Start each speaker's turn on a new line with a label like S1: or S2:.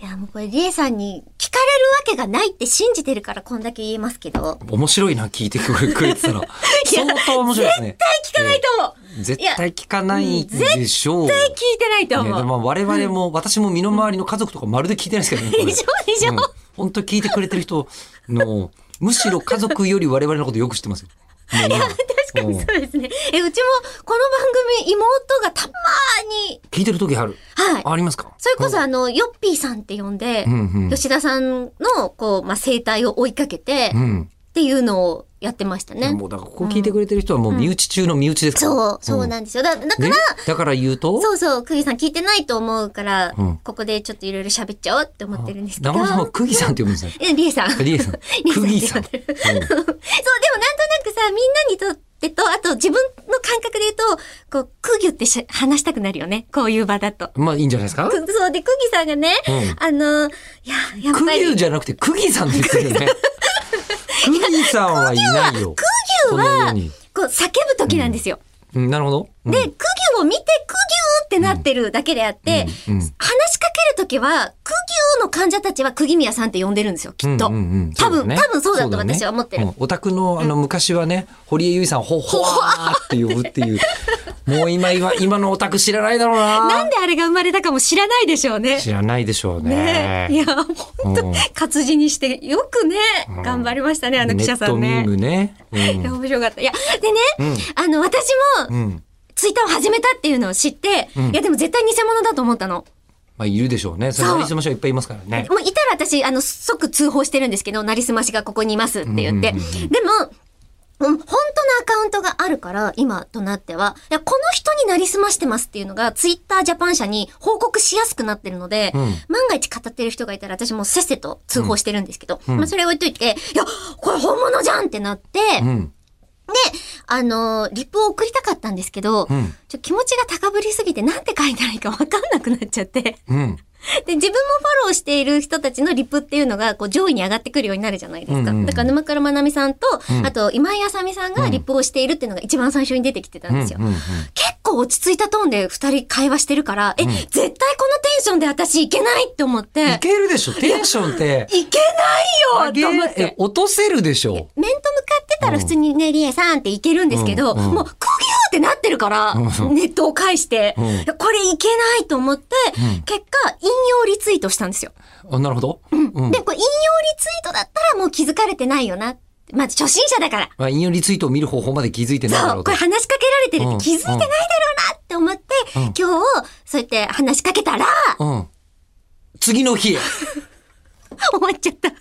S1: や、もうこれ、リエさんに聞かれるわけがないって信じてるからこんだけ言えますけど。
S2: 面白いな、聞いてくれくれ てたら。相当面白いですね。
S1: 絶対聞かないと思う、いや
S2: 絶対聞かないでしょう。
S1: 絶対聞いてないと
S2: いやで
S1: 思う。
S2: も我々も、私も身の回りの家族とかまるで聞いてないですけどね。これ
S1: でしょでしょ
S2: うん本当に聞いてくれてる人の、むしろ家族より我々のことよく知ってますよ。もう今
S1: 確かにそうですね。え、うちも、この番組、妹がたまーに、
S2: 聞いてる時ある。
S1: はい。
S2: ありますか
S1: それこそ
S2: うん
S1: あの、ヨッピーさんって呼んで、
S2: うんうん
S1: 吉田さんの、こう、まあ、生態を追いかけて、
S2: う
S1: っ
S2: ん。
S1: ていうのをやってましたね。
S2: もうだからここ聞いてくれてる人はもう身内中の身内ですから。
S1: そう、そうんなんですよ。だだから、
S2: ねだから言うと、
S1: そうそう、クギさん聞いてないと思うから、
S2: うん
S1: ここでちょっといろいろ喋っちゃおうって思ってるんですけど。
S2: 中村さんは釘さんって呼ぶんですね。
S1: え、リエ さん。
S2: リ エさん。釘さん。
S1: リエさんって呼んでるそう、でもなんとなくさ、みんなにとってと、あと自分の感覚で言うと、こう、クギュってし話したくなるよね。こういう場だと。
S2: まあいいんじゃないですか
S1: くそうで、クギさんがね、
S2: うん
S1: あの、いや、やっぱり。
S2: 釘じゃなくて釘さんって言ってるよね。釘さんはいないよ。
S1: クギュ
S2: この世
S1: は、
S2: に
S1: こう叫ぶ時なんですよ。
S2: うんなるほど。うん
S1: で、クギュを見て、クギューってなってるだけであって、
S2: うんうん
S1: 話しかける時は、クギューの患者たちはクギミヤさんって呼んでるんですよ、きっと。
S2: うんうんうん
S1: 多
S2: そう
S1: 分、
S2: だね
S1: 多分そうだと
S2: ね
S1: 私は思ってる。
S2: うんお宅のあの昔はね、堀江由衣さんをほほわーって呼ぶって いう。もう今今今のお宅知らないだろう
S1: なん
S2: な。
S1: であれが生まれたかも知らないでしょうね。
S2: 知らないでしょう
S1: ね
S2: ね。
S1: いや、本
S2: う
S1: 当
S2: ん
S1: 活字にして、よくね、頑張りましたね、あの記者さんね
S2: ネット。ミームね。う
S1: いや、
S2: ん
S1: 面白かった。いや、でね、
S2: うん
S1: あの、私も、
S2: うん。
S1: ツイッターを始めたっていうのを知って、
S2: ん
S1: いや、でも絶対偽物だと思ったの。
S2: まあいるでしょうね。それ
S1: そう
S2: なりすましはいっぱいいますからね。
S1: もういたら私、あの、即通報してるんですけど、なりすましがここにいますって言って。
S2: うんうん
S1: でも、うん本当のアカウントがあるから、今となっては、いやこの人になりすましてますっていうのが、ツイッタージャパン社に報告しやすくなってるので、
S2: うん
S1: 万が一語ってる人がいたら、私もうせっせと通報してるんですけど、
S2: ん
S1: まあそれ置いといて、いや、これ本物じゃんってなって、
S2: うん。
S1: あのーリプを送りたかったんですけど、
S2: うん。
S1: ちょ気持ちが高ぶりすぎて、なんて書いたらいいかわかんなくなっちゃって。
S2: うん。
S1: で、自分もフォローしている人たちのリプっていうのが、こう、上位に上がってくるようになるじゃないですか。
S2: うんうん
S1: だから、沼倉まなみさんと、
S2: うん
S1: あと、今井あさみさんがリプをしているっていうのが一番最初に出てきてたんですよ。
S2: うんうんうん
S1: 結構落ち着いたトーンで二人会話してるから、え、絶対このテンションで私いけないって思って、
S2: いけるでしょ。テンションって。
S1: いけないよと思っ
S2: え
S1: て。
S2: 落とせるでしょ。
S1: 面と向かってたら普通にね、リエさんっていけるんですけど、
S2: うんうん
S1: もう、クギューってなってるから、
S2: うん
S1: ネットを返して、
S2: うん
S1: いやこれいけないと思って、
S2: うん
S1: 結果、引用リツイートしたんですよ。
S2: あなるほど。うん
S1: で、これ引用リツイートだったらもう気づかれてないよな。まあ、初心者だから。
S2: まあ引用リツイートを見る方法まで気づいてないだ
S1: そ
S2: ろう
S1: う、こ
S2: と
S1: れ。話しかけられてるって気づいてないだろうなって思って、
S2: うん
S1: 今日、そう やって話しかけたら、
S2: うん。次の日。
S1: 終わっちゃった。